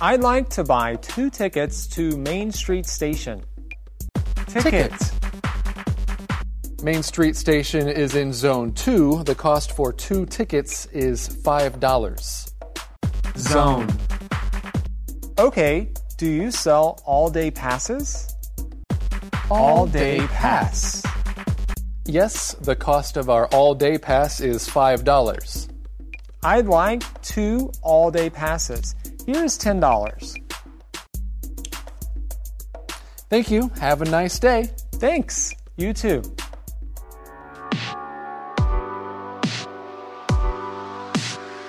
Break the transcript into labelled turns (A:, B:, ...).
A: I'd like to buy two tickets to Main Street Station. Tickets.
B: Main Street Station is in Zone 2. The cost for two tickets is $5.
A: Zone. Okay, do you sell all day passes? pass.
B: Yes, the cost of our all day pass is $5.
A: I'd like two all day passes. Here's $10.
B: Thank you. Have a nice day.
A: Thanks. You too.